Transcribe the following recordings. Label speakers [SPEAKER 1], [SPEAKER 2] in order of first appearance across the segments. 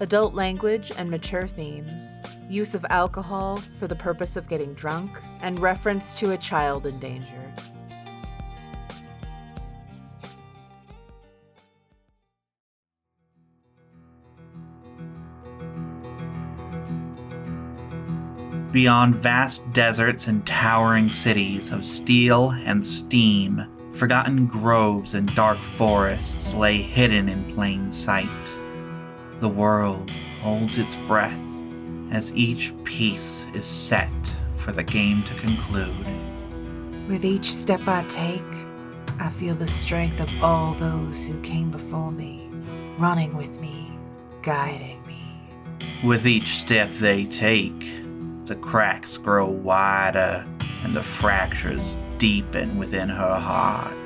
[SPEAKER 1] adult language and mature themes, use of alcohol for the purpose of getting drunk, and reference to a child in danger.
[SPEAKER 2] beyond vast deserts and towering cities of steel and steam, forgotten groves and dark forests lay hidden in plain sight. The world holds its breath as each piece is set for the game to conclude.
[SPEAKER 1] With each step I take, I feel the strength of all those who came before me, running with me, guiding me.
[SPEAKER 2] With each step they take, the cracks grow wider and the fractures deepen within her heart.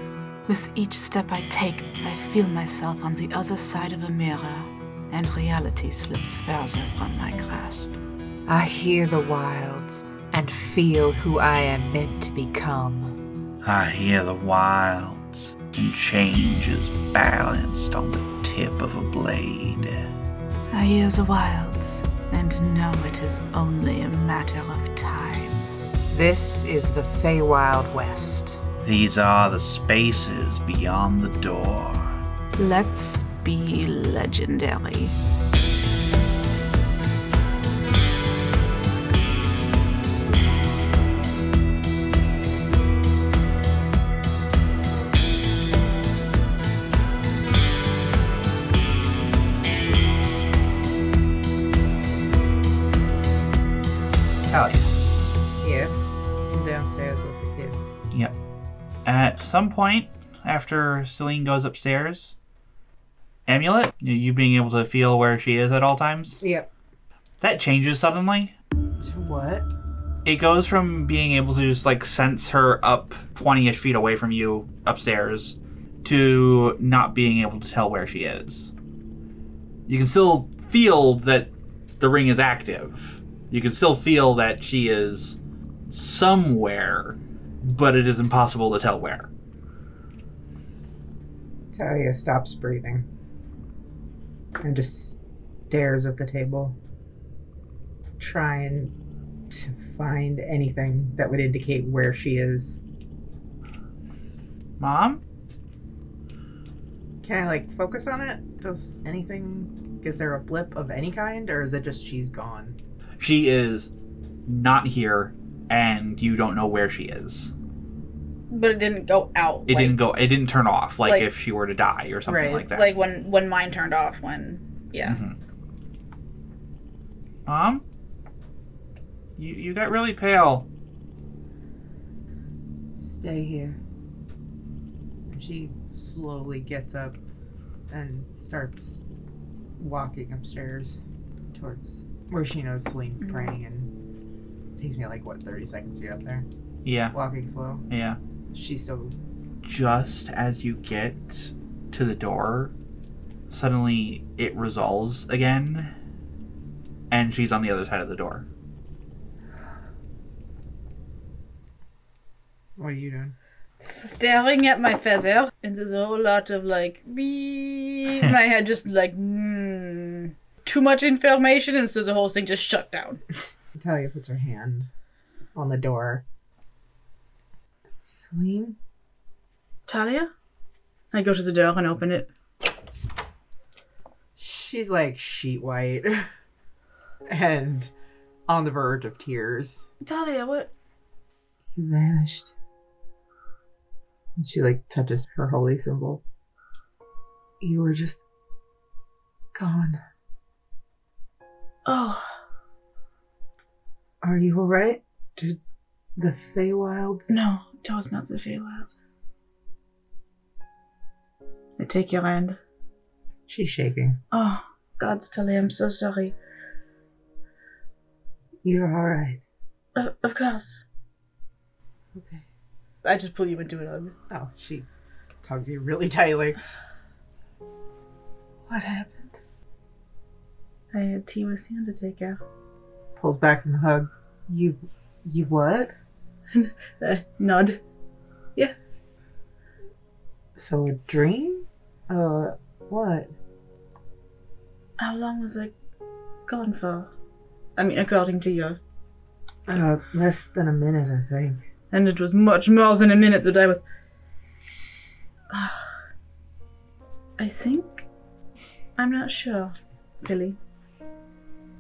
[SPEAKER 1] With each step I take, I feel myself on the other side of a mirror, and reality slips further from my grasp. I hear the wilds and feel who I am meant to become.
[SPEAKER 2] I hear the wilds and change is balanced on the tip of a blade.
[SPEAKER 1] I hear the wilds and know it is only a matter of time. This is the Feywild West.
[SPEAKER 2] These are the spaces beyond the door.
[SPEAKER 1] Let's be legendary.
[SPEAKER 2] Hell
[SPEAKER 1] Yeah, I'm downstairs with the kids.
[SPEAKER 2] Yep. At some point after Celine goes upstairs, Amulet, you- you being able to feel where she is at all times,
[SPEAKER 1] Yep.
[SPEAKER 2] that changes suddenly.
[SPEAKER 1] To what?
[SPEAKER 2] It goes from being able to just like sense her up 20 ish feet away from you upstairs to not being able to tell where she is. You can still feel that the ring is active. You can still feel that she is somewhere, but it is impossible to tell where.
[SPEAKER 3] Talia stops breathing and just stares at the table, trying to find anything that would indicate where she is.
[SPEAKER 2] Mom?
[SPEAKER 3] Can I like focus on it? Does anything? Is there a blip of any kind, or is it just she's gone?
[SPEAKER 2] She is not here and you don't know where she is.
[SPEAKER 4] but it didn't go out.
[SPEAKER 2] It
[SPEAKER 4] like,
[SPEAKER 2] didn't go it didn't turn off like,
[SPEAKER 4] like-
[SPEAKER 2] if she were to die or something
[SPEAKER 3] Right,
[SPEAKER 2] like that.
[SPEAKER 4] Like when when mine turned off. When yeah.
[SPEAKER 2] Mm-hmm. Mom? Um? You you got really pale.
[SPEAKER 3] Stay here. And she slowly gets up and starts walking upstairs towards where she knows Celine's
[SPEAKER 4] Mhm.
[SPEAKER 3] praying and it takes me like what 30 seconds to get up there.
[SPEAKER 2] Yeah,
[SPEAKER 3] Walking slow.
[SPEAKER 2] yeah.
[SPEAKER 3] She's still
[SPEAKER 2] Just as you get to the door, suddenly it resolves again and she's on the other side of the door.
[SPEAKER 3] what are you doing?
[SPEAKER 4] Staring at my feather, and there's a whole lot of like beep. my head just like mm, too much information, and so the whole thing just shut down.
[SPEAKER 3] Natalia puts her hand on the door. Celine?
[SPEAKER 4] Talia, I go to the door and open it.
[SPEAKER 3] She's like sheet white and on the verge of tears.
[SPEAKER 4] Talia, what?
[SPEAKER 3] He vanished. And she like touches her holy symbol. You were just gone.
[SPEAKER 4] Oh,
[SPEAKER 3] Are you alright? Did the Feywilds
[SPEAKER 4] no, that was not the Feywild. I take your hand.
[SPEAKER 3] She's shaking.
[SPEAKER 4] Oh, God, Talia, I'm so sorry.
[SPEAKER 3] You're alright.
[SPEAKER 4] Of, of course.
[SPEAKER 3] Okay.
[SPEAKER 4] I just pull you into another room.
[SPEAKER 3] Oh, she tugs you really tightly.
[SPEAKER 4] What happened? I had tea with Sam to take out.
[SPEAKER 3] Pulls back from the hug. You, you what?
[SPEAKER 4] Uh, nod.
[SPEAKER 3] So a dream? Uh, what?
[SPEAKER 4] How long was I gone for? I mean, according to you.
[SPEAKER 3] Uh, less than a minute, I think.
[SPEAKER 4] And it was much more than a minute that I was. Ah. I think. I'm not sure, Billy.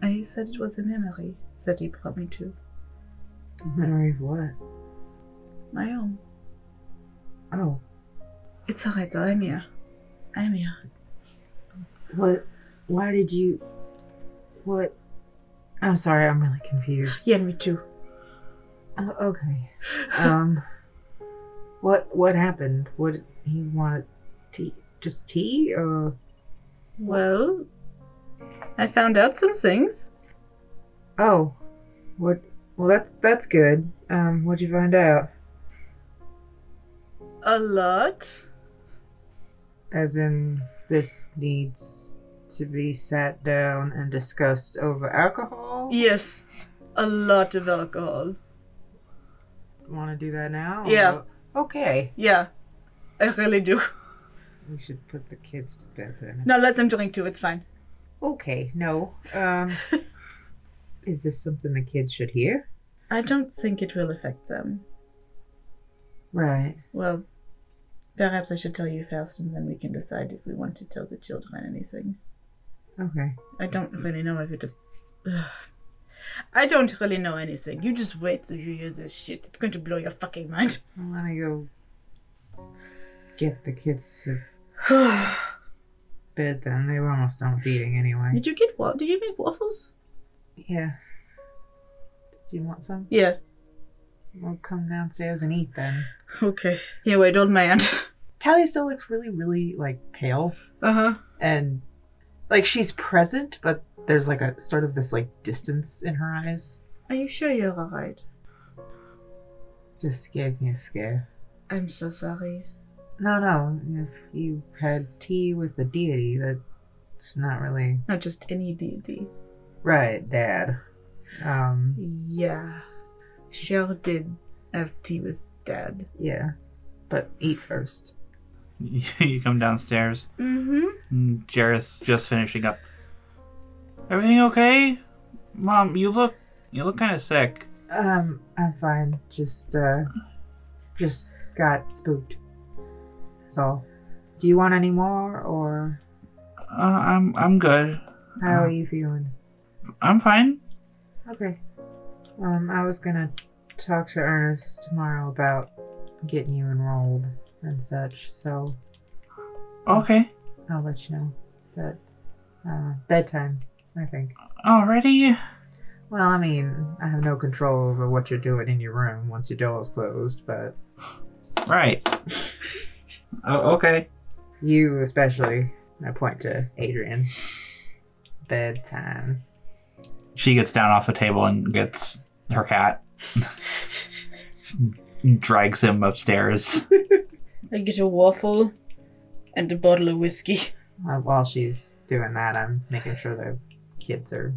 [SPEAKER 4] I said it was a memory that he brought me to.
[SPEAKER 3] Memory of what?
[SPEAKER 4] My own.
[SPEAKER 3] Oh,
[SPEAKER 4] It's alright, though. I'm here. I'm here.
[SPEAKER 3] what? Why did you? What? I'm sorry, I'm really confused.
[SPEAKER 4] Yeah, me too.
[SPEAKER 3] Uh, okay. Um, what? What happened? What did he wanted? Tea? Just tea? Uh,
[SPEAKER 4] Well, I found out some things.
[SPEAKER 3] oh, what? Well, that's that's good. Um, what'd you find out?
[SPEAKER 4] A lot.
[SPEAKER 3] As in, this needs to be sat down and discussed over alcohol.
[SPEAKER 4] Yes, a lot of alcohol.
[SPEAKER 3] Want to do that now?
[SPEAKER 4] Yeah.
[SPEAKER 3] Okay.
[SPEAKER 4] Yeah, I really do.
[SPEAKER 3] We should put the kids to bed then.
[SPEAKER 4] Now let them drink too, it's fine.
[SPEAKER 3] Okay, no. Um, is this something the kids should hear?
[SPEAKER 4] I don't think it will affect them.
[SPEAKER 3] Right.
[SPEAKER 4] Well, perhaps I should tell you first and then we can decide if we want to tell the children anything.
[SPEAKER 3] Okay.
[SPEAKER 4] I don't really know if it. Ugh. I don't really know anything. You just wait till you hear this shit. It's going to blow your fucking mind.
[SPEAKER 3] Well, let me go get the kids to bed then. They were almost done with eating anyway.
[SPEAKER 4] Did you get what? Did you make waffles?
[SPEAKER 3] Yeah. Do you want some?
[SPEAKER 4] Yeah.
[SPEAKER 3] We'll come downstairs and eat then.
[SPEAKER 4] Okay. Yeah, wait, old man.
[SPEAKER 3] Tally still looks really, really like pale
[SPEAKER 4] Uh huh.
[SPEAKER 3] and like she's present, but there's like a sort of this like distance in her eyes.
[SPEAKER 4] Are you sure you're alright?
[SPEAKER 3] Just gave me a scare.
[SPEAKER 4] I'm so sorry.
[SPEAKER 3] No, no. If you had tea with a deity, that's not really
[SPEAKER 4] Not just any deity.
[SPEAKER 3] right, Dad. Um,
[SPEAKER 4] Yeah. Cheryl did have tea with dad.
[SPEAKER 3] yeah, but eat first.
[SPEAKER 2] you come downstairs.
[SPEAKER 4] Mm hmm.
[SPEAKER 2] and Jareth's just finishing up. Everything okay? Mom, you look you look kind of sick.
[SPEAKER 3] Um, I'm fine. Just uh, just got spooked. That's all. Do you want any more, or
[SPEAKER 2] Uh, I'm I'm good.
[SPEAKER 3] how are you feeling?
[SPEAKER 2] I'm fine.
[SPEAKER 3] Uh-huh. Okay. Um, I was gonna talk to Ernest tomorrow about getting you enrolled and such. So
[SPEAKER 2] Okay.
[SPEAKER 3] I'll let you know. But uh, bedtime, I think.
[SPEAKER 2] Already?
[SPEAKER 3] Well, I mean, I have no control over what you're doing in your room once your door's closed, but
[SPEAKER 2] Right. oh, okay.
[SPEAKER 3] you especially. I point to Adrian. Bedtime.
[SPEAKER 2] She gets down off the table and gets her cat. drags him upstairs.
[SPEAKER 4] I get a waffle and a bottle of whiskey.
[SPEAKER 3] Uh, while she's doing that, I'm making sure the kids are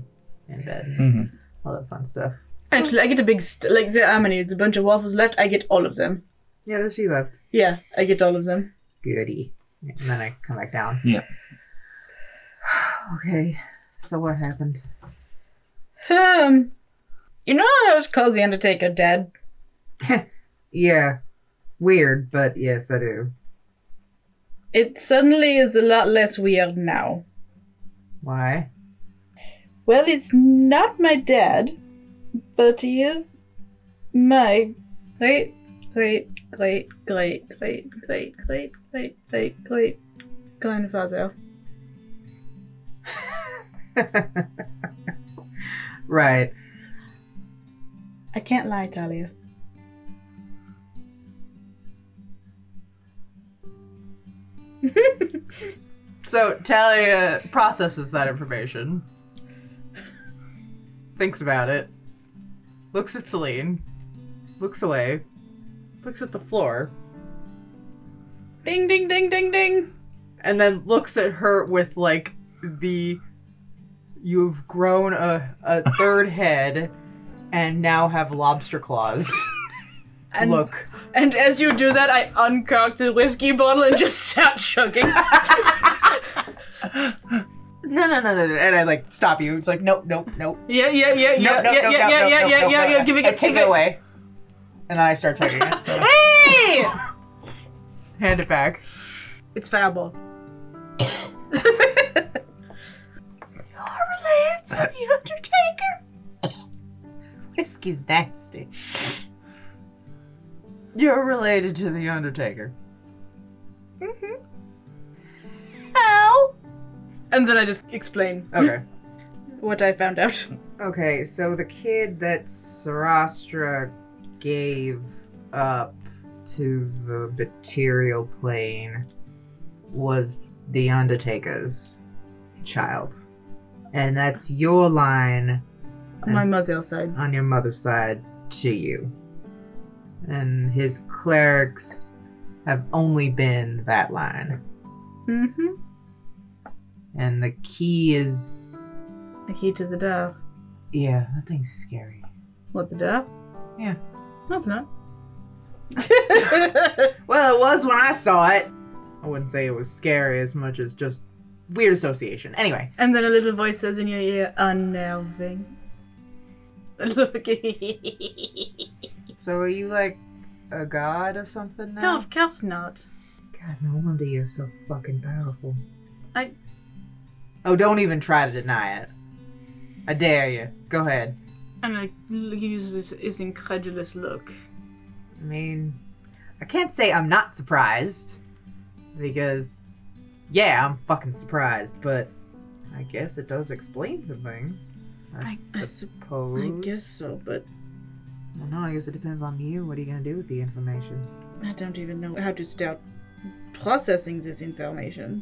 [SPEAKER 3] in bed.
[SPEAKER 2] Mhm.
[SPEAKER 3] All that fun stuff.
[SPEAKER 4] Actually, I get a big, st- like, there are many, it's a bunch of waffles left. I get all of them.
[SPEAKER 3] Yeah, there's a few left.
[SPEAKER 4] Yeah, I get all of them.
[SPEAKER 3] Goody. And then I come back down.
[SPEAKER 2] Yeah.
[SPEAKER 3] Okay. So what happened?
[SPEAKER 4] Um, you know, I was called the Undertaker Dad.
[SPEAKER 3] Yeah. Weird, but yes, I do.
[SPEAKER 4] It suddenly is a lot less weird now.
[SPEAKER 3] Why?
[SPEAKER 4] Well, it's not my dad, but he is my great, great, great, great, great, great, great, great, great, great grandfather.
[SPEAKER 3] Right.
[SPEAKER 4] I can't lie, Talia.
[SPEAKER 3] So Talia processes that information, thinks about it, looks at Celine, looks away, looks at the floor,
[SPEAKER 4] Ding, ding, ding, ding, ding.
[SPEAKER 3] and then looks at her with like the you've grown a, a third head and now have lobster claws.
[SPEAKER 4] And,
[SPEAKER 3] Look.
[SPEAKER 4] And as you do that, I uncork the whiskey bottle and just start chugging.
[SPEAKER 3] No, no, no, no, no. And I like stop you. It's like, nope, nope, nope.
[SPEAKER 4] yeah, yeah, yeah, yeah, yeah, yeah, yeah, yeah, yeah, yeah, yeah, yeah. Give it,
[SPEAKER 3] I
[SPEAKER 4] give
[SPEAKER 3] take it away. And then I start chugging it.
[SPEAKER 4] Hey!
[SPEAKER 3] Hand it back.
[SPEAKER 4] It's fireball.
[SPEAKER 3] Whiskey's nasty. You're related to the Undertaker. Mm-hmm. How?
[SPEAKER 4] And then I just explain
[SPEAKER 3] Okay.
[SPEAKER 4] what I found out.
[SPEAKER 3] Okay, so the kid that Sarastra gave up to the material plane was the Undertaker's child. And that's your line
[SPEAKER 4] My mother's side.
[SPEAKER 3] on your mother's side to you. And his clerics have only been that line.
[SPEAKER 4] Mm-hmm.
[SPEAKER 3] And the key is.
[SPEAKER 4] The key to the door.
[SPEAKER 3] Yeah, that thing's scary.
[SPEAKER 4] What the door?
[SPEAKER 3] Yeah.
[SPEAKER 4] No, it's not.
[SPEAKER 3] Well, it was when I saw it. I wouldn't say it was scary as much as just weird association. Anyway,
[SPEAKER 4] and then a little voice says in your ear, unnerving. Look.
[SPEAKER 3] so are you like a god of something now?
[SPEAKER 4] no, of course not.
[SPEAKER 3] God, no wonder you're so fucking powerful.
[SPEAKER 4] I-
[SPEAKER 3] Oh, don't even try to deny it. I dare you. Go ahead.
[SPEAKER 4] And like l- he uses this, his incredulous look.
[SPEAKER 3] I mean, I can't say I'm not surprised because, yeah, I'm fucking surprised, but I guess it does explain some things. I,
[SPEAKER 4] I- I sup-
[SPEAKER 3] suppose.
[SPEAKER 4] I guess so, but
[SPEAKER 3] Well, no, I guess it depends on you. What are you gonna do with the information?
[SPEAKER 4] I don't even know how to start processing this information.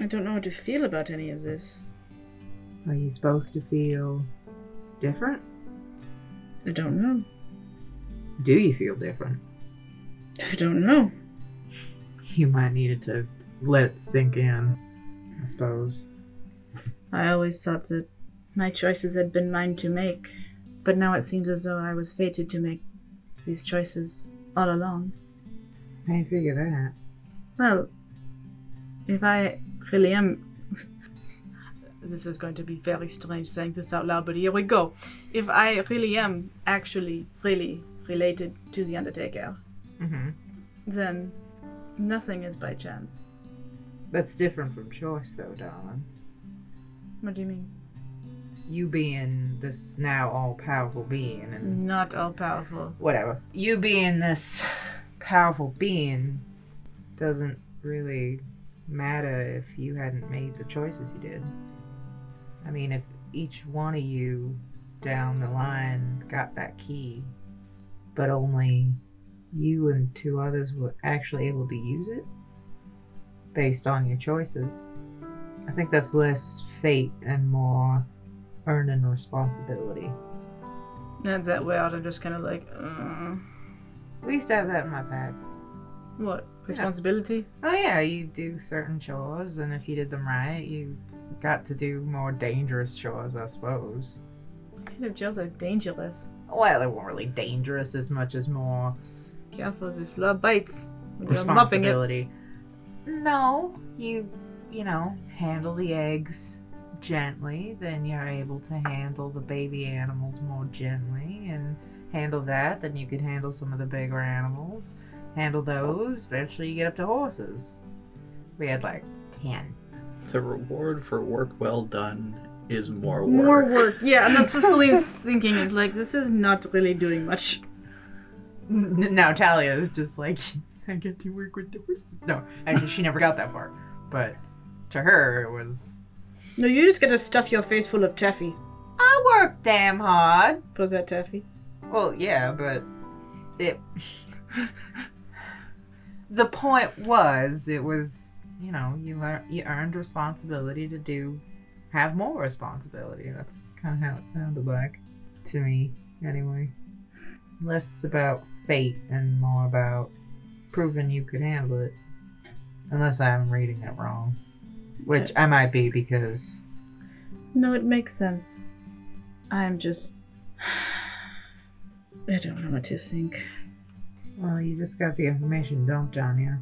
[SPEAKER 4] I don't know how to feel about any of this.
[SPEAKER 3] Are you supposed to feel different?
[SPEAKER 4] I don't know.
[SPEAKER 3] Do you feel different?
[SPEAKER 4] I don't know.
[SPEAKER 3] You might need to let it sink in, I suppose.
[SPEAKER 4] I always thought that my choices had been mine to make, but now it seems as though I was fated to make these choices all along.
[SPEAKER 3] How you figure that?
[SPEAKER 4] Well, if I really am. this is going to be very strange saying this out loud, but here we go. If I really am actually, really related to the Undertaker,
[SPEAKER 3] Mm-hmm.
[SPEAKER 4] then nothing is by chance.
[SPEAKER 3] That's different from choice, though, darling.
[SPEAKER 4] What do you mean?
[SPEAKER 3] You being this now all-powerful being and
[SPEAKER 4] Not all powerful.
[SPEAKER 3] whatever. You being this powerful being doesn't really matter if you hadn't made the choices you did. I mean, if each one of you down the line got that key, but only you and two others were actually able to use it based on your choices, I think that's less fate and more earning responsibility.
[SPEAKER 4] That's that weird. I'm just kind of like, uh,
[SPEAKER 3] At least I have that in my pack.
[SPEAKER 4] what? Responsibility?
[SPEAKER 3] Oh yeah, you do certain chores, and if you did them right, you got to do more dangerous chores, I suppose.
[SPEAKER 4] What kind of jails are dangerous?
[SPEAKER 3] Well, they weren't really dangerous as much as more
[SPEAKER 4] Careful, the floor bites. When you're mopping it.
[SPEAKER 3] responsibility. No, you, you know, handle the eggs gently, then you're able to handle the baby animals more gently, and handle that, then you could handle some of the bigger animals, handle those, eventually you get up to horses. We had like 10.
[SPEAKER 5] The reward for work well done is more work.
[SPEAKER 4] More work, yeah, and that's what Celine's thinking is like, this is not really doing much.
[SPEAKER 3] N- No, Talia is just like, I get to work with the horses. No, actually, she never got that far. But to her, it was,
[SPEAKER 4] No, you just gotta stuff your face full of taffy.
[SPEAKER 3] I work damn hard.
[SPEAKER 4] Was that taffy?
[SPEAKER 3] Well, yeah, but it. the point was, it was, you know, you, lear- you earned responsibility to do, have more responsibility. That's kind of how it sounded like to me. anyway. Less about fate and more about proving you could handle it. Unless I'm reading it wrong. Which I might be because
[SPEAKER 4] No, it makes sense. I'm just. I don't know what to think.
[SPEAKER 3] Well, you just got the information dumped on you.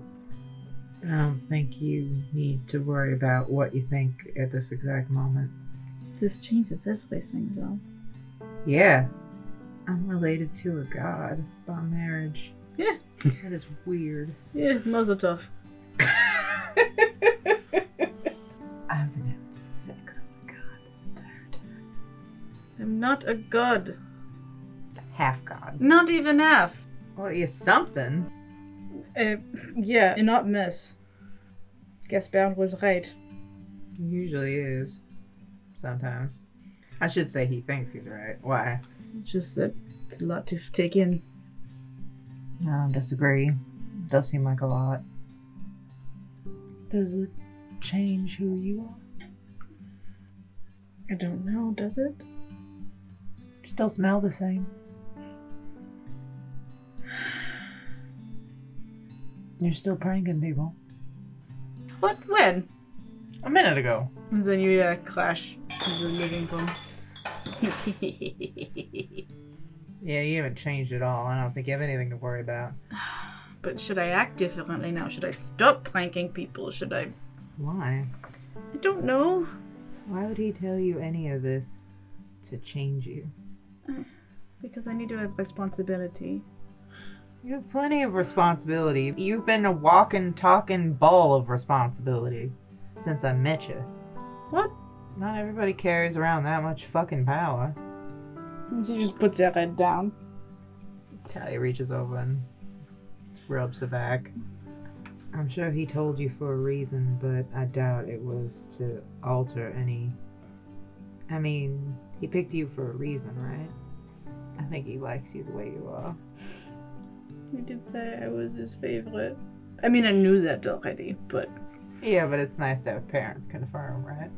[SPEAKER 3] I don't think you need to worry about what you think at this exact moment.
[SPEAKER 4] This changes everything, though.
[SPEAKER 3] Yeah. I'm related to a god by marriage.
[SPEAKER 4] Yeah.
[SPEAKER 3] that is weird.
[SPEAKER 4] Yeah, Mazel Tov.
[SPEAKER 3] I've been having sex with a god this entire time.
[SPEAKER 4] I'm not a god.
[SPEAKER 3] Half god.
[SPEAKER 4] Not even half.
[SPEAKER 3] Well, you're something.
[SPEAKER 4] Uh, yeah, not miss. Gaspard was right.
[SPEAKER 3] He usually is. Sometimes. I should say he thinks he's right. Why?
[SPEAKER 4] Just that it's a lot to take in.
[SPEAKER 3] I don't disagree. It does seem like a lot.
[SPEAKER 4] Does it?
[SPEAKER 3] Change who you are.
[SPEAKER 4] I don't know, does it?
[SPEAKER 3] Still smell the same. You're still pranking people.
[SPEAKER 4] What? When?
[SPEAKER 3] A minute ago.
[SPEAKER 4] And then you uh, clash as a living bomb.
[SPEAKER 3] Yeah, you haven't changed at all. I don't think you have anything to worry about.
[SPEAKER 4] but should I act differently now? Should I stop planking people? Should I?
[SPEAKER 3] Why?
[SPEAKER 4] I don't know.
[SPEAKER 3] Why would he tell you any of this to change you?
[SPEAKER 4] Because I need to have responsibility.
[SPEAKER 3] You have plenty of responsibility. You've been a walking, talking ball of responsibility since I met you.
[SPEAKER 4] What?
[SPEAKER 3] Not everybody carries around that much fucking power.
[SPEAKER 4] She just puts her head down.
[SPEAKER 3] Talia reaches over and rubs her back. I'm sure he told you for a reason, but I doubt it was to alter any. I mean, he picked you for a reason, right? I think he likes you the way you are.
[SPEAKER 4] He did say I was his favorite. I mean, I knew that already, but
[SPEAKER 3] Yeah, but it's nice to have parents confirm, right?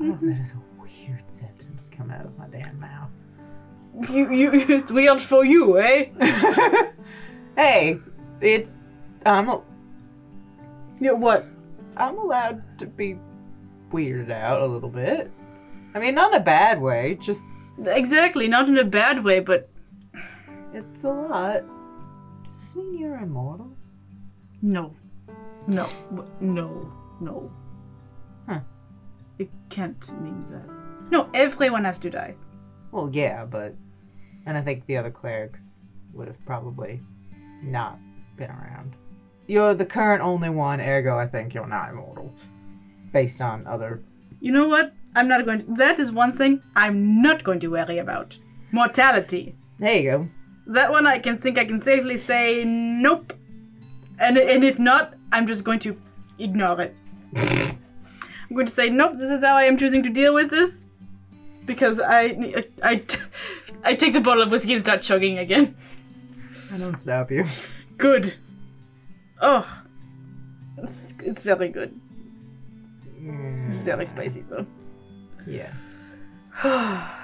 [SPEAKER 3] Oh, that is a weird sentence come out of my damn mouth.
[SPEAKER 4] you, you, it's weird for you, eh?
[SPEAKER 3] hey, it's I'm a,
[SPEAKER 4] Yeah, what?
[SPEAKER 3] I'm allowed to be weirded out a little bit. I mean, not in a bad way, just
[SPEAKER 4] Exactly, not in a bad way, but
[SPEAKER 3] it's a lot. Does this mean you're immortal?
[SPEAKER 4] no, no, Wh- no, no.
[SPEAKER 3] Huh.
[SPEAKER 4] It can't mean that. No, everyone has to die.
[SPEAKER 3] Well, yeah, but and I think the other clerics would have probably not been around. You're the current only one, ergo I think you're not immortal based on other
[SPEAKER 4] You know what? I'm not going to. That is one thing I'm not going to worry about. Mortality.
[SPEAKER 3] There you go.
[SPEAKER 4] That one I can think I can safely say nope. And, and if not, I'm just going to ignore it. I'm going to say nope, this is how I am choosing to deal with this. Because I, I, I take the bottle of whiskey and start chugging again.
[SPEAKER 3] I don't stop you.
[SPEAKER 4] Good. Oh. It's, it's very good. It's very spicy, so.
[SPEAKER 3] Yeah.
[SPEAKER 4] I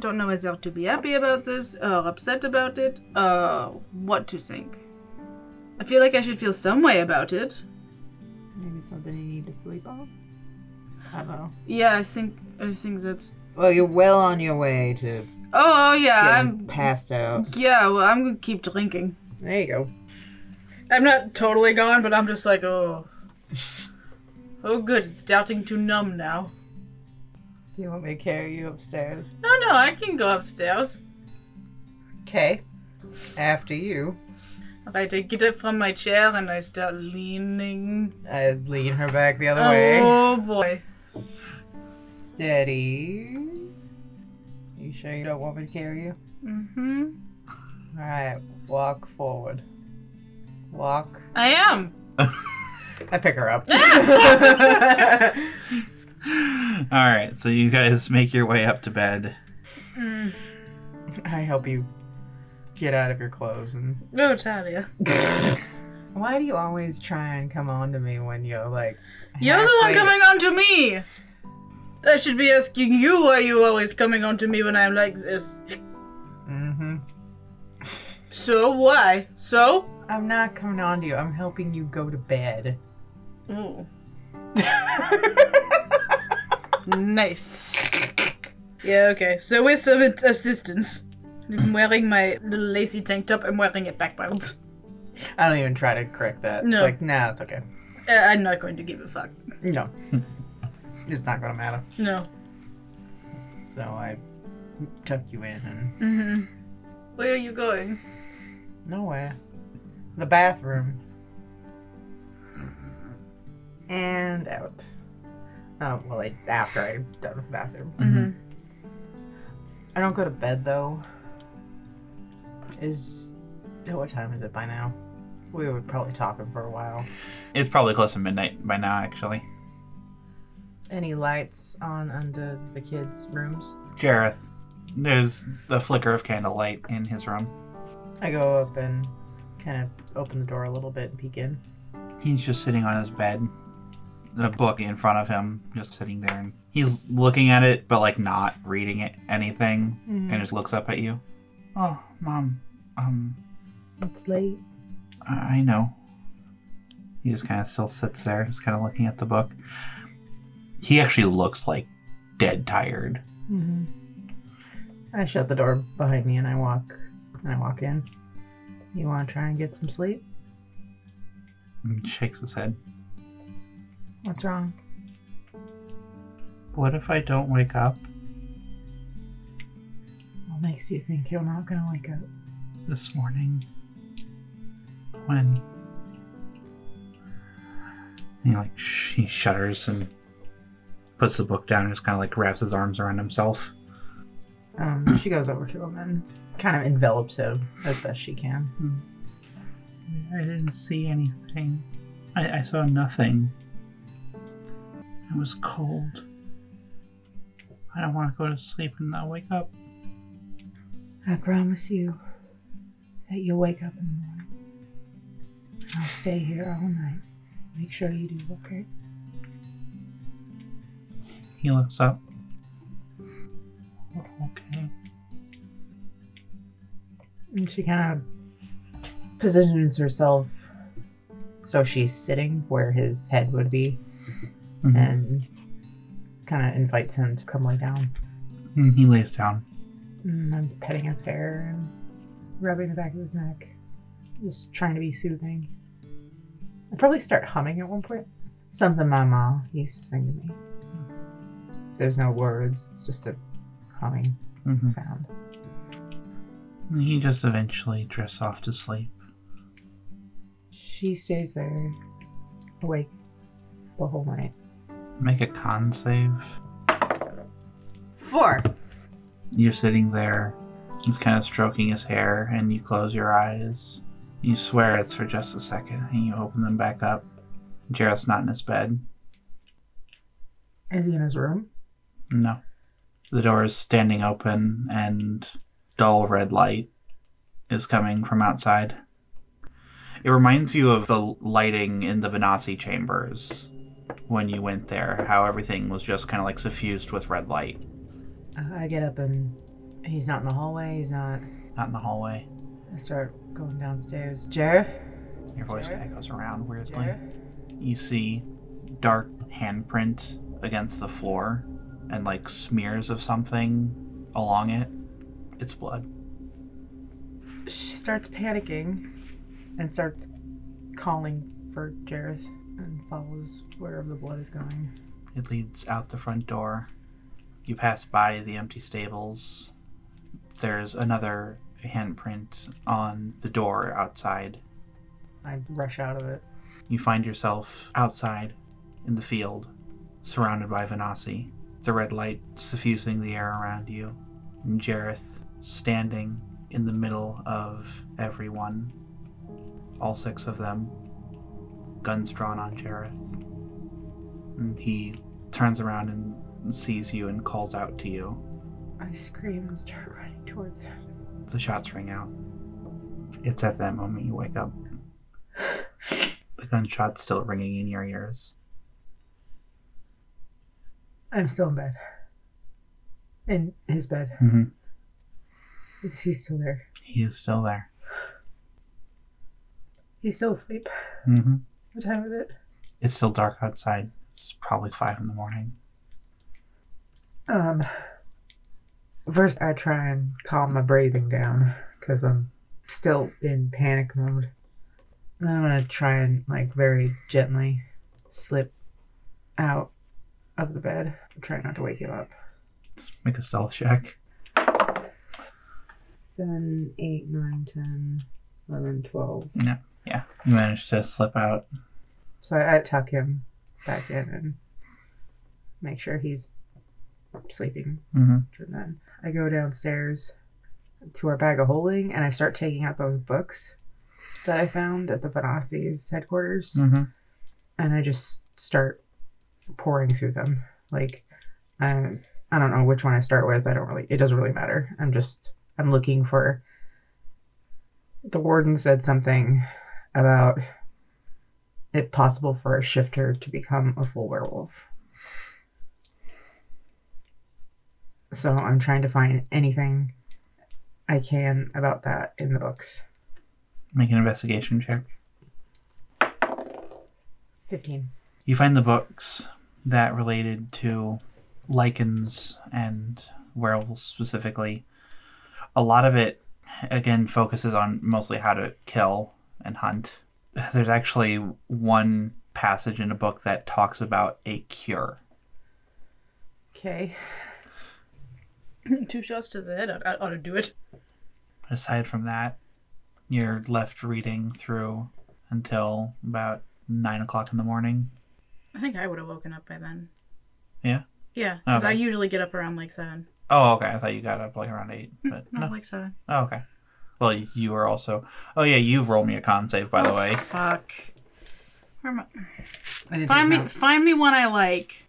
[SPEAKER 4] don't know whether to be happy about this or upset about it or what to think. I feel like I should feel some way about it.
[SPEAKER 3] Maybe something you need to sleep on? I don't know.
[SPEAKER 4] Yeah, I think I think that's.
[SPEAKER 3] Well, you're well on your way to
[SPEAKER 4] Oh yeah,
[SPEAKER 3] getting
[SPEAKER 4] I'm.
[SPEAKER 3] passed out.
[SPEAKER 4] Yeah, well, I'm gonna keep drinking.
[SPEAKER 3] There you go.
[SPEAKER 4] I'm not totally gone, but I'm just like, oh, oh, good. It's starting to numb now.
[SPEAKER 3] Do you want me to carry you upstairs?
[SPEAKER 4] No, no, I can go upstairs.
[SPEAKER 3] Okay. After you,
[SPEAKER 4] Right, I get up from my chair and I start leaning.
[SPEAKER 3] I lean her back the other way.
[SPEAKER 4] Oh boy.
[SPEAKER 3] Steady. You sure you don't want me to carry you?
[SPEAKER 4] Mm-hmm.
[SPEAKER 3] All right. Walk forward. Walk.
[SPEAKER 4] I am.
[SPEAKER 3] I pick her up.
[SPEAKER 2] All right, so you guys make your way up to bed.
[SPEAKER 3] I help you get out of your clothes and
[SPEAKER 4] No, Talia.
[SPEAKER 3] Why do you always try and come on to me when you're like?
[SPEAKER 4] You're the
[SPEAKER 3] halfway-
[SPEAKER 4] one coming on to me! I should be asking you why you always coming on to me when I'm like this.
[SPEAKER 3] Mm-hmm.
[SPEAKER 4] So why? So?
[SPEAKER 3] I'm not coming on to you. I'm helping you go to bed.
[SPEAKER 4] Ooh. nice. Yeah, okay. So with some a- assistance, I'm wearing my little lacy tank top. I'm wearing it backwards.
[SPEAKER 3] I don't even try to correct that.
[SPEAKER 4] No.
[SPEAKER 3] It's like, nah, it's okay.
[SPEAKER 4] Uh, I'm not going to give a fuck.
[SPEAKER 3] No. it's not gonna matter.
[SPEAKER 4] No.
[SPEAKER 3] So I tuck you in and
[SPEAKER 4] Mm-hmm. Where are you going?
[SPEAKER 3] nowhere. The bathroom. And out. Oh, well, I, after I'm done with the bathroom.
[SPEAKER 4] Mm-hmm.
[SPEAKER 3] I don't go to bed though. Is oh, what time is it by now? We were probably talking for a while.
[SPEAKER 2] It's probably close to midnight by now, actually.
[SPEAKER 3] Any lights on under the kids' rooms?
[SPEAKER 2] Jareth, there's the flicker of candlelight in his room.
[SPEAKER 3] I go up and kind of open the door a little bit and peek in.
[SPEAKER 2] He's just sitting on his bed, a book in front of him, just sitting there. And he's looking at it, but like not reading it anything, and just looks up at you. Oh, mom, um,
[SPEAKER 3] It's late.
[SPEAKER 2] I I know. He just kind of still sits there, just kind of looking at the book. He actually looks like dead tired.
[SPEAKER 3] hmm I shut the door behind me and I walk and I walk in. You want to try and get some sleep?
[SPEAKER 2] And shakes his head.
[SPEAKER 3] What's wrong?
[SPEAKER 2] What if I don't wake up?
[SPEAKER 3] What makes you think you're not gonna wake up?
[SPEAKER 2] this morning when he like sh- he shudders and puts the book down and just kind of like wraps his arms around himself
[SPEAKER 3] Um, she goes over to him and kind of envelops him as best she can.
[SPEAKER 2] i didn't see anything i, I saw nothing it was cold i don't want to go to sleep and not wake up
[SPEAKER 3] I promise you that you'll wake up in the morning. I'll stay here all night. Make sure you do, okay?
[SPEAKER 2] he looks up Oh, okay
[SPEAKER 3] And she kind of positions herself so she's sitting where his head would be
[SPEAKER 2] Mhm.
[SPEAKER 3] and kind of invites him to come lay down.
[SPEAKER 2] and Mm-hmm. he lays down
[SPEAKER 3] And I'm petting his hair and rubbing the back of his neck, just trying to be soothing. I probably start humming at one point. Something my mom used to sing to me. There's no words, it's just a humming
[SPEAKER 2] Mhm.
[SPEAKER 3] sound.
[SPEAKER 2] He just eventually drifts off to sleep.
[SPEAKER 3] She stays there, awake the whole night.
[SPEAKER 2] Make a con save.
[SPEAKER 3] Four!
[SPEAKER 2] You're sitting there, just kind of stroking his hair, and you close your eyes. You swear it's for just a second, and you open them back up. Jareth's not in his bed.
[SPEAKER 3] Is he in his room?
[SPEAKER 2] No. The door is standing open, and dull red light is coming from outside. It reminds you of the lighting in the Venasi chambers when you went there, how everything was just kind of like suffused with red light.
[SPEAKER 3] Uh, I get up and he's not in the hallway, he's not.
[SPEAKER 2] Not in the hallway.
[SPEAKER 3] I start going downstairs. Jareth?
[SPEAKER 2] Your voice
[SPEAKER 3] Jareth?
[SPEAKER 2] kind of goes around weirdly.
[SPEAKER 3] Jareth?
[SPEAKER 2] You see dark handprint against the floor and like smears of something along it. It's blood.
[SPEAKER 3] She starts panicking and starts calling for Jareth and follows wherever the blood is going.
[SPEAKER 2] It leads out the front door. You pass by the empty stables. There's another handprint on the door outside.
[SPEAKER 3] I rush out of it.
[SPEAKER 2] You find yourself outside in the field, surrounded by Vanassi, the red light suffusing the air around you, and Jareth standing in the middle of everyone, all six of them, guns drawn on Jareth. And he turns around and sees you and calls out to you.
[SPEAKER 3] I scream and start running towards him.
[SPEAKER 2] The shots ring out. It's at that moment you wake up. The gunshot's still ringing in your ears.
[SPEAKER 3] I'm still in bed. In his bed.
[SPEAKER 2] Mm-hmm.
[SPEAKER 3] Is he still there?
[SPEAKER 2] He is still there.
[SPEAKER 4] He's still asleep.
[SPEAKER 2] Mm-hmm.
[SPEAKER 4] What time is it?
[SPEAKER 2] It's still dark outside. It's probably five in the morning.
[SPEAKER 3] Um, first I try and calm my breathing down because I'm still in panic mode. Then I'm gonna try and like very gently slip out of the bed. Try not to wake you up.
[SPEAKER 2] Make a stealth check.
[SPEAKER 3] Seven, eight, nine, ten, eleven, twelve.
[SPEAKER 2] You manage to slip out.
[SPEAKER 3] So I, I tuck him back in and make sure he's sleeping.
[SPEAKER 2] Mm-hmm.
[SPEAKER 3] And then I go downstairs to our bag of holding and I start taking out those books that I found at the Banasi's headquarters.
[SPEAKER 2] Mm-hmm.
[SPEAKER 3] And I just start pouring through them. Like, I'm, I don't know which one I start with. I don't really, it doesn't really matter. I'm just, I'm looking for. The warden said something about it possible for a shifter to become a full werewolf. So I'm trying to find anything I can about that in the books.
[SPEAKER 2] Make an investigation check.
[SPEAKER 3] 15.
[SPEAKER 2] You find the books that related to lichens and werewolves specifically. A lot of it, again, focuses on mostly how to kill and hunt. There's actually one passage in a book that talks about a cure.
[SPEAKER 3] Okay.
[SPEAKER 4] Two shots to the head. I, I ought to do it.
[SPEAKER 2] aside from that, you're left reading through until about nine o'clock in the morning.
[SPEAKER 4] I think I would have woken up by then.
[SPEAKER 2] Yeah? Oh,
[SPEAKER 4] Yeah, because I
[SPEAKER 2] Okay.
[SPEAKER 4] usually get up around like seven.
[SPEAKER 2] Oh, okay. I thought you got up like around eight, but
[SPEAKER 4] No,
[SPEAKER 2] no.
[SPEAKER 4] like seven.
[SPEAKER 2] Oh, okay. Well, y- you were also. Oh yeah, you've rolled me a con save, by the
[SPEAKER 4] Oh,
[SPEAKER 2] way.
[SPEAKER 4] fuck. Where am I?
[SPEAKER 3] I didn't
[SPEAKER 4] Find
[SPEAKER 3] take
[SPEAKER 4] me,
[SPEAKER 3] notes.
[SPEAKER 4] find me one I like.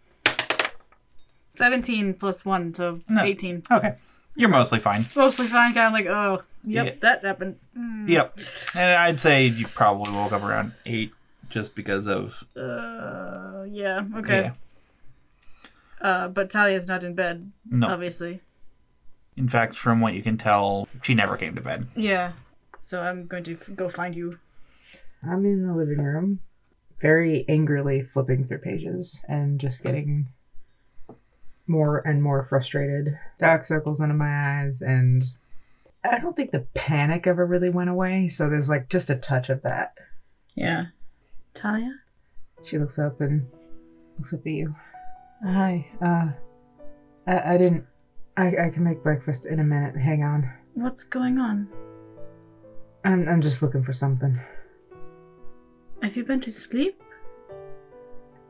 [SPEAKER 4] Seventeen plus one, so
[SPEAKER 2] No.
[SPEAKER 4] eighteen.
[SPEAKER 2] Okay, you're mostly fine.
[SPEAKER 4] Mostly fine. Kind of like, oh, yep,
[SPEAKER 2] Yeah.
[SPEAKER 4] that happened. Mm,
[SPEAKER 2] Yep, and I'd say you probably woke up around eight just because of
[SPEAKER 4] Uh, yeah. Okay.
[SPEAKER 2] yeah.
[SPEAKER 4] Uh, but Talia's not in bed,
[SPEAKER 2] No,
[SPEAKER 4] obviously.
[SPEAKER 2] in fact, from what you can tell, she never came to bed.
[SPEAKER 4] Yeah. So I'm going to f- go find you.
[SPEAKER 3] I'm in the living room, very angrily flipping through pages and just getting more and more frustrated. Dark circles under my eyes, and I don't think the panic ever really went away. So there's like just a touch of that.
[SPEAKER 4] Yeah. Talia.
[SPEAKER 3] She looks up and looks up at you. Hi. Uh, I, I didn't. I, I can make breakfast in a minute. Hang on.
[SPEAKER 4] What's going on?
[SPEAKER 3] I'm, I'm just looking for something.
[SPEAKER 4] Have you been to sleep?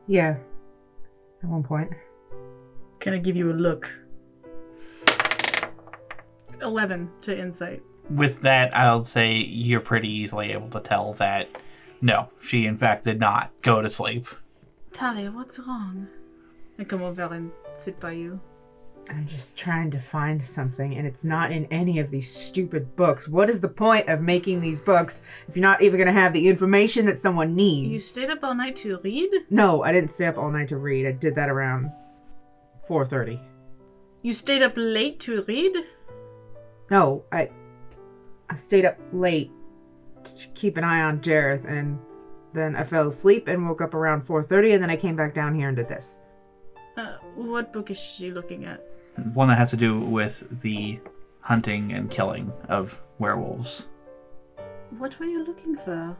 [SPEAKER 3] Yeah. At one point.
[SPEAKER 4] Can I give you a look? Eleven to insight.
[SPEAKER 2] with that, I'll say you're pretty easily able to tell that no, she in fact did not go to sleep.
[SPEAKER 4] Talia, what's wrong? I come over and sit by you.
[SPEAKER 3] I'm just trying to find something, and it's not in any of these stupid books. What is the point of making these books if you're not even going to have the information that someone
[SPEAKER 4] You
[SPEAKER 3] needs?
[SPEAKER 4] stayed up all night to read?
[SPEAKER 3] no, I didn't stay up all night to read. I did that around 4:30.
[SPEAKER 4] You stayed up late to read?
[SPEAKER 3] No, I I stayed up late to keep an eye on Jareth, and then I fell asleep and woke up around 4:30, and then I came back down here and did this.
[SPEAKER 4] Uh, what book is she looking at?
[SPEAKER 2] One that has to do with the hunting and killing of werewolves.
[SPEAKER 4] What were you looking for?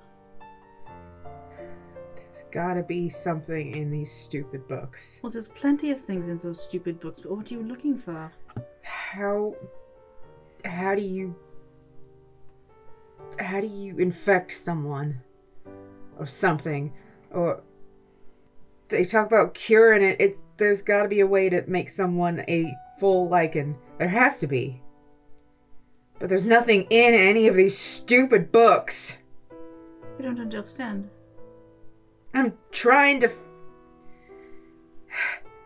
[SPEAKER 3] There's gotta be something in these stupid books.
[SPEAKER 4] Well, there's plenty of things in those stupid books, but what are you looking for?
[SPEAKER 3] how how do you how do you infect someone or something or they talk about curing it it there's got to be a way to make someone a full lichen there has to be but there's nothing in any of these stupid books
[SPEAKER 4] You don't understand.
[SPEAKER 3] i'm trying to f-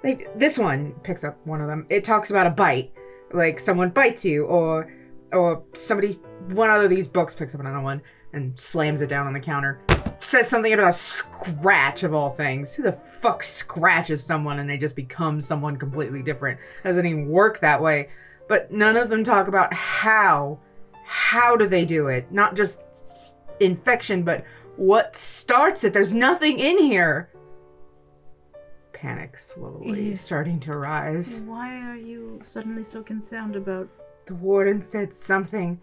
[SPEAKER 3] they, this one picks up one of them it talks about a bite like someone bites you or or somebody one other of these books picks up another one and slams it down on the counter says something about a scratch of all things who the fuck scratches someone and they just become someone completely different doesn't even work that way but none of them talk about how how do they do it not just s- infection but What starts it? There's nothing in here. Panic slowly
[SPEAKER 4] Yeah.
[SPEAKER 3] starting to rise.
[SPEAKER 4] Why are you suddenly so concerned about
[SPEAKER 3] The warden said something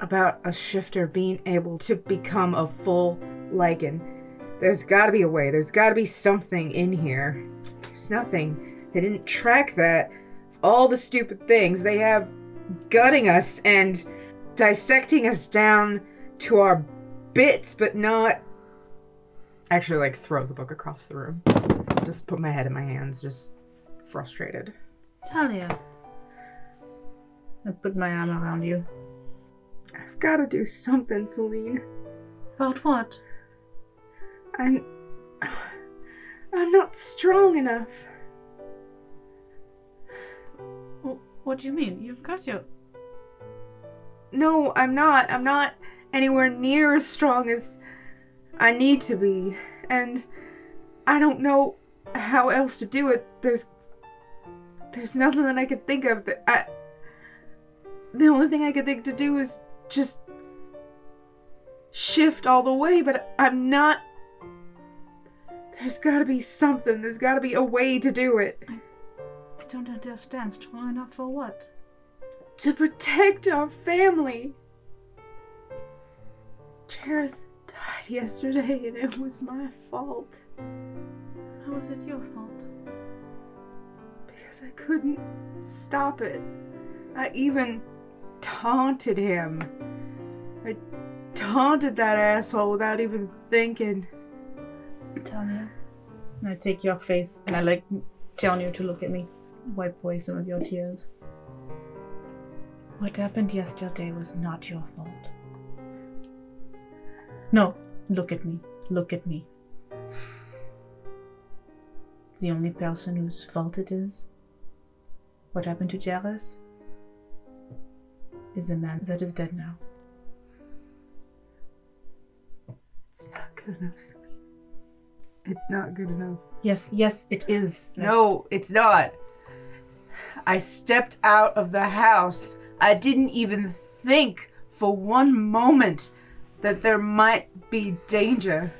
[SPEAKER 3] about a shifter being able to become a full Lycan. There's gotta be a way. There's gotta be something in here. There's nothing. They didn't track that. All the stupid things they have gutting us and dissecting us down to our bits, but not. Actually, like, throw the book across the room. Just put my head in my hands, just frustrated.
[SPEAKER 4] Talia? I put my arm around you.
[SPEAKER 3] I've gotta do something, Celine.
[SPEAKER 4] About what?
[SPEAKER 3] I'm. I'm not strong enough.
[SPEAKER 4] Wh- What do you mean? You've got your.
[SPEAKER 3] No, I'm not. I'm not anywhere near as strong as I need to be. And I don't know how else to do it. There's. There's nothing that I can think of that I. The only thing I could think to do is just. shift all the way, but I'm not. There's gotta be something. There's gotta be a way to do it.
[SPEAKER 4] I don't understand. Strong enough for what?
[SPEAKER 3] to protect our family. Jareth died yesterday, and it was my fault
[SPEAKER 4] How is it your fault?
[SPEAKER 3] because I couldn't stop it. I even taunted him. I taunted that asshole without even thinking.
[SPEAKER 4] Talia. And I take your face and I like tell you to look at me. Wipe away some of your tears. What happened yesterday was not your fault. No, look at me. Look at me. The only person whose fault it is, what happened to Jairus, is the man that is dead now.
[SPEAKER 3] It's not good enough, Celine. It's not good enough.
[SPEAKER 4] Yes, yes, it is.
[SPEAKER 3] No, it's not. I stepped out of the house. I didn't even think for one moment that there might be danger.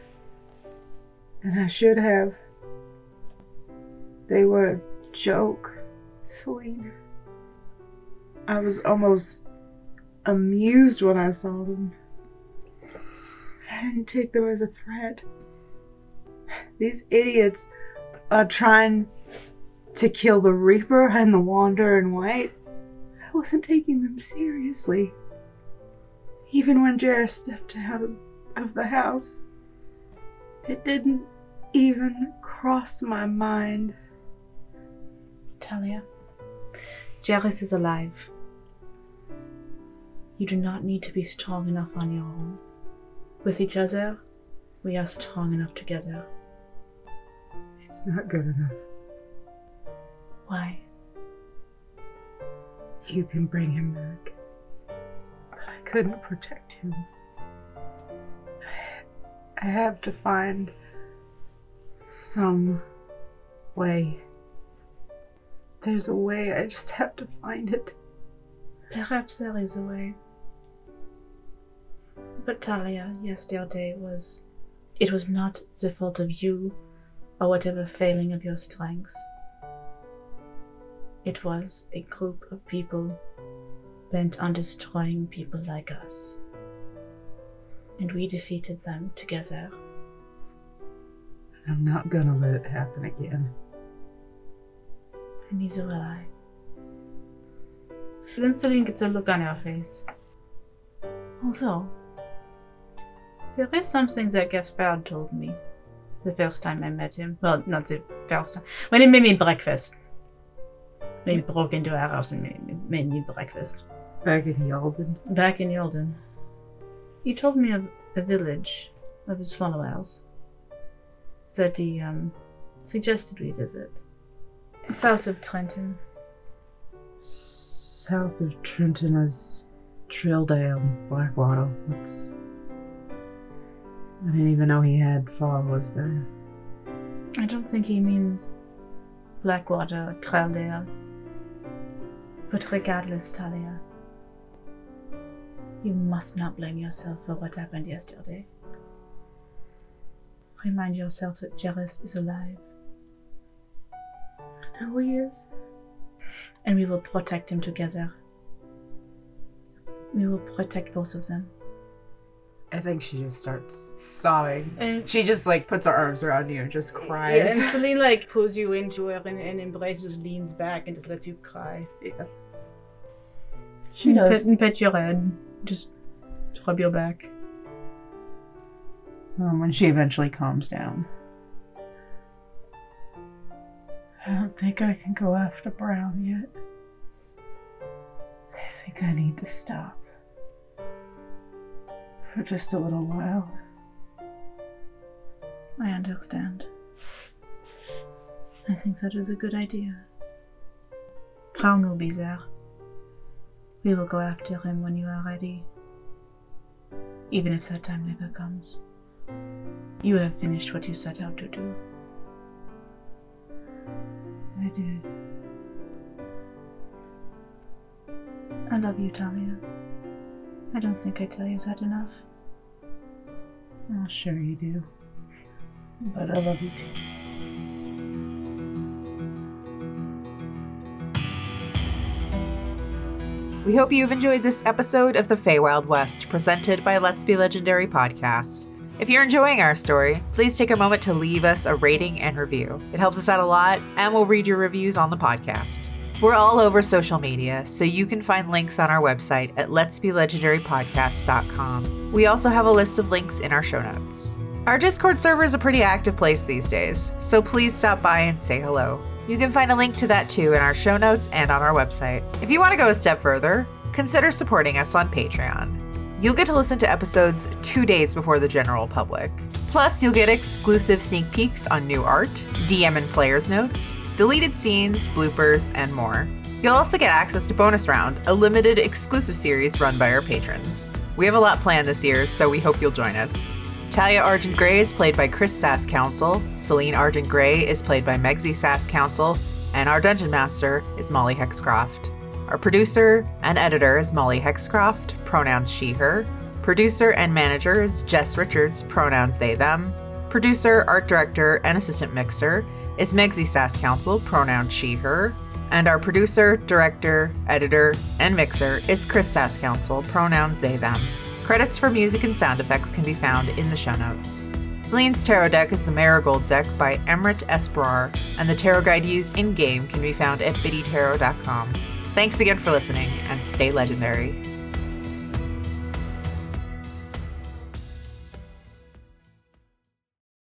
[SPEAKER 3] And I should have. They were a joke, Celine. I was almost amused when I saw them. I didn't take them as a threat. These idiots uh, trying to kill the Reaper and the Wanderer in White, I wasn't taking them seriously. Even when Jareth stepped out of, of the house, it didn't even cross my mind.
[SPEAKER 4] Talia, Jairus is alive. You do not need to be strong enough on your own. With each other, we are strong enough together.
[SPEAKER 3] It's not good enough.
[SPEAKER 4] Why?
[SPEAKER 3] You can bring him back. But I couldn't protect him. I have to find some way. There's a way, I just have to find it.
[SPEAKER 4] Perhaps there is a way. But Talia, yesterday was. It was not the fault of you or whatever failing of your strength. It was a group of people bent on destroying people like us. And we defeated them together.
[SPEAKER 3] I'm not gonna let it happen again.
[SPEAKER 4] And neither will I. Then Celine gets a look on her face. Also, there is something that Gaspard told me the first time I met him. Well, not the first time. When he made me breakfast. When he broke into our house and made, made me breakfast.
[SPEAKER 3] Back in Yalden.
[SPEAKER 4] Back in Yolden. He told me of a village of his followers that he um, suggested we visit. South of Trenton.
[SPEAKER 3] South of Trenton is Traildale, Blackwater. What's. I didn't even know he had followers there.
[SPEAKER 4] I don't think he means Blackwater or Traldale. But regardless, Talia, you must not blame yourself for what happened yesterday.
[SPEAKER 6] Remind yourself that Jealous is alive,
[SPEAKER 4] Oh, yes.
[SPEAKER 6] and we will protect him together. We will protect both of them.
[SPEAKER 3] I think she just starts sobbing.
[SPEAKER 6] And
[SPEAKER 3] She just like puts her arms around you and just cries.
[SPEAKER 6] and Celine like pulls you into her and, and embrace, just leans back and just lets you cry.
[SPEAKER 3] Yeah.
[SPEAKER 4] She
[SPEAKER 6] And
[SPEAKER 4] does.
[SPEAKER 6] Pet, and pet your head. Just rub your back.
[SPEAKER 3] Um, when she eventually calms down.
[SPEAKER 4] I don't think I can go after Brown yet. I think I need to stop. For just a little while.
[SPEAKER 6] I understand. I think that is a good idea. Brown will be there. We will go after him when you are ready. Even if that time never comes. You have finished what you set out to do.
[SPEAKER 4] I did.
[SPEAKER 6] I love you, Talia. I don't think I tell you that enough.
[SPEAKER 4] Oh, sure you do. But I love you too.
[SPEAKER 1] We hope you've enjoyed this episode of the Feywild West, presented by Let's Be Legendary podcast. If you're enjoying our story, please take a moment to leave us a rating and review. It helps us out a lot, and we'll read your reviews on the podcast. We're all over social media, so you can find links on our website at letsbelegendarypodcast.com. We also have a list of links in our show notes. Our Discord server is a pretty active place these days, so please stop by and say hello. You can find a link to that too in our show notes and on our website. If you want to go a step further, consider supporting us on Patreon. You'll get to listen to episodes two days before the general public. Plus, you'll get exclusive sneak peeks on new art, DM and players' notes, deleted scenes, bloopers, and more. You'll also get access to Bonus Round, a limited exclusive series run by our patrons. We have a lot planned this year, so we hope you'll join us. Talia Argent Gray is played by Chris Sass Council, Celine Argent Gray is played by Megzi Sass Council, and our Dungeon Master is Molly Hexcroft. Our producer and editor is Molly Hexcroft, pronouns she, her. Producer and manager is Jess Richards, pronouns they, them. Producer, art director, and assistant mixer is Megzi Sass Council, pronouns she, her. And our producer, director, editor, and mixer is Chris Sass Council, pronouns they, them. Credits for music and sound effects can be found in the show notes. Celine's tarot deck is the Marigold deck by Emrit Esperar, and the tarot guide used in game can be found at biddytarot.com. Thanks again for listening, and stay legendary.